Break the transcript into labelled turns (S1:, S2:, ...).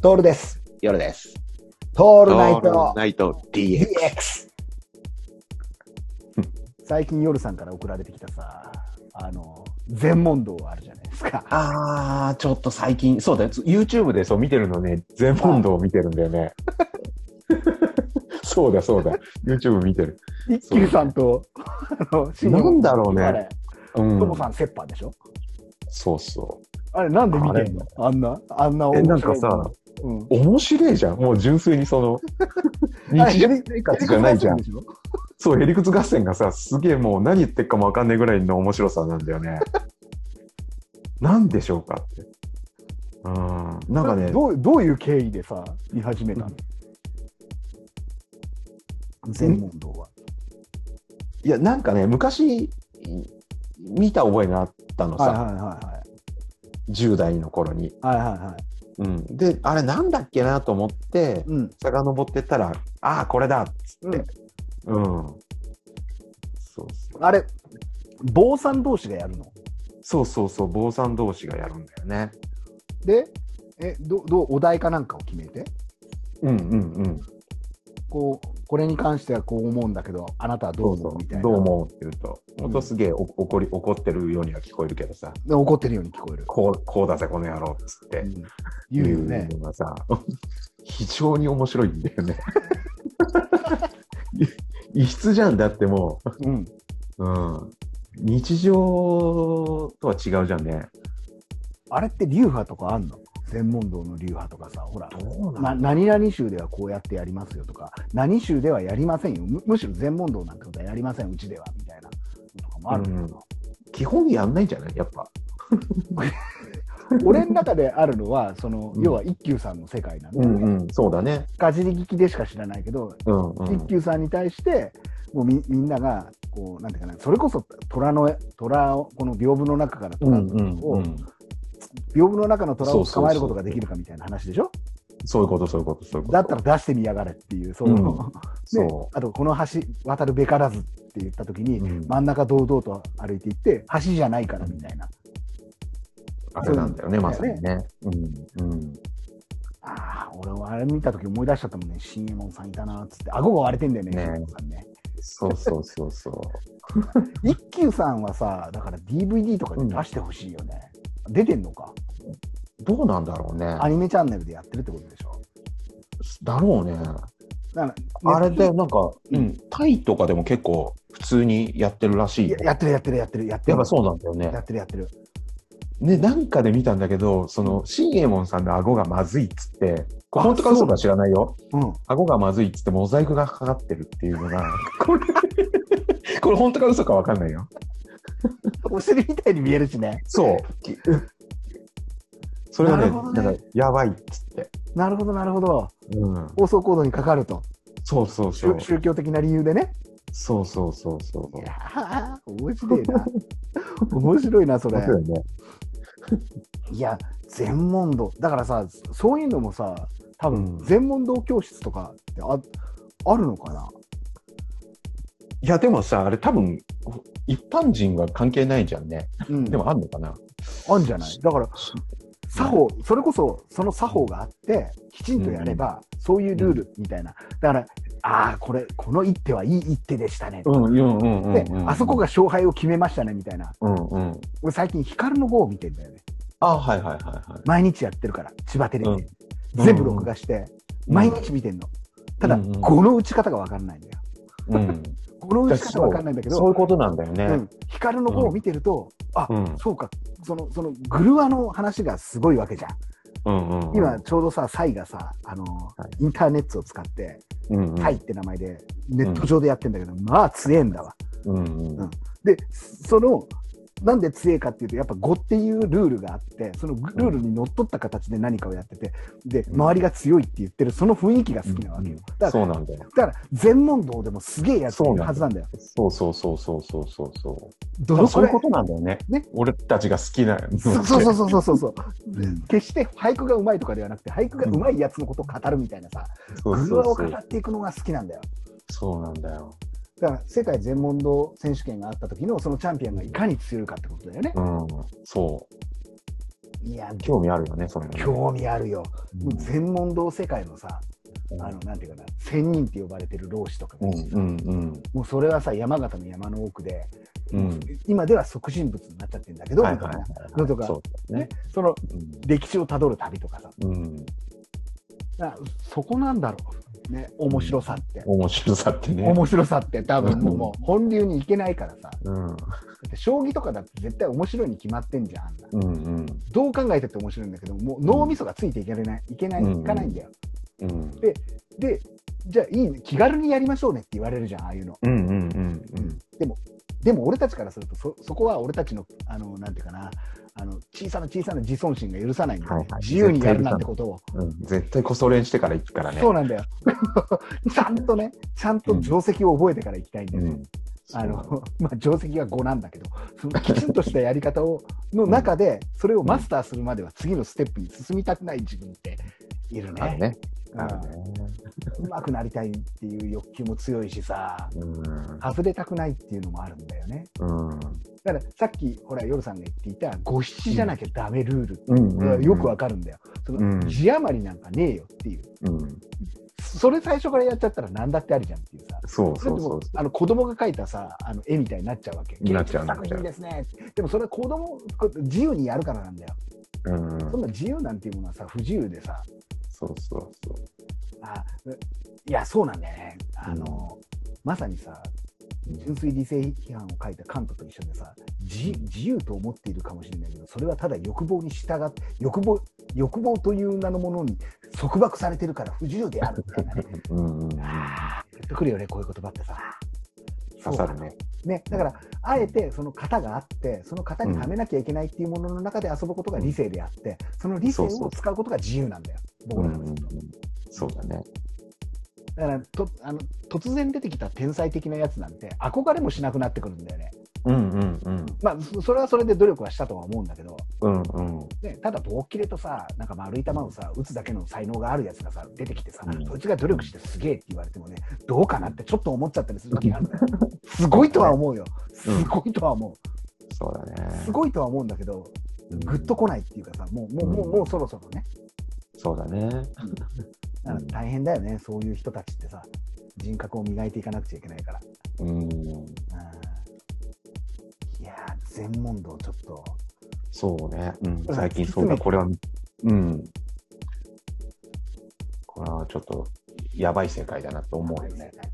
S1: トールです。
S2: 夜です。
S1: ト
S2: オ
S1: ールナイト
S2: ナイト DX。
S1: DX。最近夜さんから送られてきたさ、あの、全問答あるじゃないですか。
S2: あー、ちょっと最近、そうだよ。YouTube でそう見てるのね、全問答を見てるんだよ ね。そうだそうだ。YouTube 見てる。
S1: 一休さんと、あの、新
S2: なんだろうね
S1: あれ、
S2: う
S1: ト
S2: ん
S1: モ。さん、折半でしょ
S2: そうそ
S1: あれ、なんで見てんのあんな、あんな
S2: う。え、
S1: 面白い
S2: なんかさ、
S1: うん。
S2: 面白いじゃん。もう純粋にそ の、
S1: あ
S2: 日常生活じゃないじゃん
S1: ヘ。リコプターでしょ
S2: そう、ヘリクツ合戦がさ、すげえもう何言ってっかもわかんないぐらいの面白さなんだよね。なんでしょうかって。うん。なんかね、
S1: どう、どういう経緯でさ、言い始めたの全問答は。
S2: いや、なんかね、昔、見た覚えがあったのさ、
S1: はいはいは
S2: 10代の頃に。
S1: いはい。はいはいはい。
S2: うん、で、あれなんだっけなと思って、
S1: うん。
S2: 遡ってったら、ああ、これだっつ
S1: う
S2: っ
S1: ん
S2: て。うん。そうそう
S1: あれ、坊さん同士がやるの
S2: そうそうそう、坊さん同士がやるんだよね。
S1: で、え、どどうお題かなんかを決めて、
S2: うんうんうん。
S1: こう、これに関してはこう思うんだけど、あなたはど
S2: ど
S1: う
S2: う
S1: 思
S2: ぞ
S1: うみたいな。
S2: どう思うって言うと、音すげえお怒り怒ってるようには聞こえるけどさ、
S1: で怒ってるように聞こえる。
S2: こうこうだぜ、この野郎っつって
S1: う、ん言うよね。
S2: のがさ、 非常に面白いんだよ ね。異質じゃんだっても
S1: うん。
S2: う、うん、日常とは違うじゃんね。
S1: あれって流派とかあんの全問答の流派とかさ、ほら。
S2: どう
S1: な何々州ではこうやってやりますよとか、何州ではやりませんよ、むむしろ全問答なんてことはやりません、うちではみたいなのとかもあるのかな、
S2: 基本やんないんじゃないやっぱ。
S1: 俺の中であるのは、その
S2: うん
S1: 要は一休さんの世界なんで、
S2: うんうん、そうだね。
S1: かじり聞きでしか知らないけど、
S2: うんうん。
S1: 一休さんに対してもうみみんながこうなんていうかなそれこそ虎の虎をこの屏風の中から
S2: うん
S1: 虎を、
S2: うんうん。
S1: 屏風の中の虎
S2: そ
S1: を
S2: うそ
S1: 捕
S2: うそう
S1: まえることができるかみたいな話でしょ
S2: そういうこと、そういうこと、そういうこと。
S1: だったら出してみやがれっていうその、
S2: うん
S1: ね
S2: そ
S1: あとこの橋渡るべからずって言った時
S2: う。
S1: に、
S2: うん
S1: 真ん中堂々と歩いていって橋じゃないからみたいな、
S2: あれなんだよね、まさにね。うんうん。
S1: ああ俺はあれ見た時思い出しちゃったもんね新右衛門さんいたなっつって顎が割れてんだよね
S2: ね
S1: 新右衛門さんね
S2: そうそうそうそう。
S1: 一休さんはさだから DVD とかで出してほしいよね、出てんのか
S2: どうなんだろうね。
S1: アニメチャンネルでやってるってことでしょ。
S2: だろうね。
S1: だから
S2: あれ
S1: ね
S2: だよ、なんか、
S1: う
S2: うんん、タイとかでも結構普通にやってるらしい
S1: や
S2: よ。
S1: やってるやってるやってるやってる。
S2: やっぱそうなんだよ
S1: や
S2: ね。
S1: ってるやってる。
S2: ね、なんかで見たんだけど、その、新右衛門さんの顎がまずいっつって、これ本当か嘘か知らないよ。
S1: うん。
S2: 顎がまずいっつってモザイクがかかってるっていうのが、 これ、これ本当か嘘かわかんないよ。
S1: お尻みたいに見えるしね。
S2: そうき。それが
S1: な
S2: ね、
S1: るほどね
S2: なんか、やばいっつって。
S1: なるほどなるほど。
S2: うん。
S1: 放送コードにかかると。
S2: そうそう
S1: し
S2: そ
S1: ゅ
S2: う。
S1: 宗教的な理由でね。
S2: そうそうそうそう。
S1: いやー、面白い な。面白いな、それ
S2: 面。白いね。
S1: いや、全問答。だからさ、そういうのもさ、多分
S2: うん
S1: 全問答教室とかってああるのかない
S2: や、でもさ、あれ多分、一般人は関係ないじゃんね。
S1: うん。
S2: でもあんのかな、
S1: あるんじゃないだから、作法、それこそその作法があって、きちんとやれば、そういうルールみたいな、だから、ああ、これ、この一手はいい一手でしたね、
S2: うん、うん、うん、うん。
S1: であそこが、勝敗を決めましたねみたいな、
S2: うん、うん。
S1: 俺、最近、光の碁を見てんだよね、
S2: あ、はいはいはいはい。
S1: 毎日やってるから、千葉テレビで、
S2: うん
S1: 全部録画して、
S2: うん
S1: 毎日見てんの、ただ、
S2: うんうん
S1: 碁の打ち方が分かんないんだよ、
S2: うん。
S1: 碁の打ち方が分かんないんだけ
S2: そうい
S1: ど、
S2: うことなんだよね。
S1: うん、光の碁を見てると、あ、
S2: うん、
S1: そうか、そのそのグルワの話がすごいわけじゃん。
S2: うん、うん。
S1: 今、ちょうどさ、サイがさ、あのインターネットを使って、
S2: うん、うん。
S1: サイって名前でネット上でやってんだけど、まあ強えんだわ。
S2: うん、
S1: う
S2: うんん。
S1: で、その、なんで強えかっていうと、やっぱ5っていうルールがあって、そのルールにのっとった形で何かをやってて、で、
S2: うん
S1: 周りが強いって言ってる、その雰囲気が好きなわけよ。だか
S2: そ
S1: ら、
S2: うなんだよ。
S1: だから全問答でもすげえやついるはずなんだよ。
S2: そうそうそうそうそうそうそう。
S1: どの
S2: そ
S1: く
S2: うい
S1: ら
S2: う
S1: い
S2: ことなんだよね。
S1: ね
S2: 俺たちが好きなのって。
S1: そうそうそうそうそうそう。
S2: うん
S1: 決して俳句がうまいとかではなくて、俳句がうまいやつのことを語るみたいなさ、
S2: そ
S1: グ
S2: う
S1: ル
S2: そう
S1: ワを
S2: そ
S1: 語
S2: う。
S1: っていくのが好きなんだよ。
S2: そうなんだよ。
S1: だから世界全問答選手権があった時のそのチャンピオンがいかに強いかってことだよね。
S2: うん。そ
S1: いや、
S2: 興味あるよね、それね
S1: 興味あるよ。もう全問答世界のさ、
S2: うん
S1: あの、なんていうかな、仙人って呼ばれてる老子とか
S2: う
S1: がい
S2: ん
S1: てさ、
S2: うん
S1: もうそれはさ、山形の山の奥で、
S2: うんうん。
S1: 今では即身仏になっちゃってんだけど、
S2: はい
S1: みた
S2: はいい
S1: な
S2: は
S1: のとか、
S2: い。そうだ
S1: ね
S2: ね。、
S1: その歴史をたどる旅とかさ、
S2: うんうん。
S1: なそこなんだろう、ね、面白さって。
S2: 面白さってね。
S1: 面白さって多分もう
S2: うん
S1: もう本流に行けないからさだ
S2: うん
S1: って将棋とかだって絶対面白いに決まってんじゃんあんな
S2: うんうん
S1: どう考えてって面白いんだけどもう脳みそがついていけれないいけない
S2: うん
S1: いかないんだよ
S2: うん
S1: でじゃあいいね気軽にやりましょうねって言われるじゃんああいうの
S2: うんうんうんうん
S1: でも俺たちからするとそそこは俺たちのあのなんていうかなあの小さな小さな自尊心が許さないんだよ、
S2: はいはい
S1: 自由にやるなってことを、
S2: うん絶対こそ練してから行くからね。
S1: そうなんだよ ちゃんとねちゃんと定石を覚えてから行きたいんだよね、
S2: うん
S1: あの、 まあ、定石が5なんだけど、そのきちんとしたやり方を、の中で、それをマスターするまでは次のステップに進みたくない自分っているね。
S2: あるね。
S1: うん
S2: あるね。
S1: うまくなりたいっていう欲求も強いしさ、
S2: うん
S1: 外れたくないっていうのもあるんだよね。
S2: うん
S1: だからさっき、ほら、夜さんが言っていた、五七じゃなきゃダメルール、
S2: うんうん
S1: よくわかるんだよ。その、
S2: うん
S1: 字余りなんかねえよっていう。
S2: うん
S1: それ最初からやっちゃったら何だってあるじゃんっていうさ。
S2: そう
S1: それ
S2: そ
S1: で
S2: うそ
S1: も
S2: う。
S1: あの子供が描いたさあの絵みたいになっちゃうわけ。
S2: なっちゃう
S1: 芸術作品ですね。でもそれは子供こう自由にやるからなんだよ。
S2: うん
S1: そんな自由なんていうものはさ不自由でさ
S2: そうそうそう。
S1: あいやそうなんだよね。あの、まさにさ純粋理性批判を書いたカントと一緒でさ自自由と思っているかもしれないけどそれはただ欲望に従って欲望欲望という名のものに束縛されてるから不自由であるみたいなね。
S2: うんうんうん
S1: あーグッとくるよねこういう言葉ってさ。
S2: 刺さるね。
S1: ね、だから、あえてその型があって、その型にはめなきゃいけないっていうものの中で遊ぶことが理性であって、その理性
S2: そうそ
S1: を
S2: う
S1: 使うことが自由なんだよ、
S2: う
S1: 僕
S2: ん
S1: ら
S2: う
S1: から
S2: ん
S1: す
S2: う
S1: ると。
S2: んそうだね。
S1: だからとあの、突然出てきた天才的なやつなんて、憧れもしなくなってくるんだよね。
S2: うんうんうん
S1: まあ、そそれはそれで努力はしたとは思うんだけど、
S2: うんうん
S1: ね、ただ、棒切れとさ、なんか丸い球をさ、打つだけの才能があるやつがさ、出てきてさ、
S2: うん
S1: そいつが努力してすげえって言われてもね、どうかなってちょっと思っちゃったりする時がある んだよ。すごいとは思うよ。すごいとは思う。
S2: そうだね。
S1: すごいとは思うんだけど、
S2: うん
S1: ぐっと来ないっていうかさ、もうもうもう
S2: うん
S1: もうそろそろね、
S2: そうだね。
S1: だから大変だよね、そういう人たちってさ、人格を磨いていかなくちゃいけないから。
S2: うん。
S1: うんいやー、全問答ちょっと、
S2: そうね。うん
S1: うん
S2: 最近そうだ。
S1: きつめ
S2: これは、うん。これはちょっと、やばい世界だなと思うよね。
S1: 世界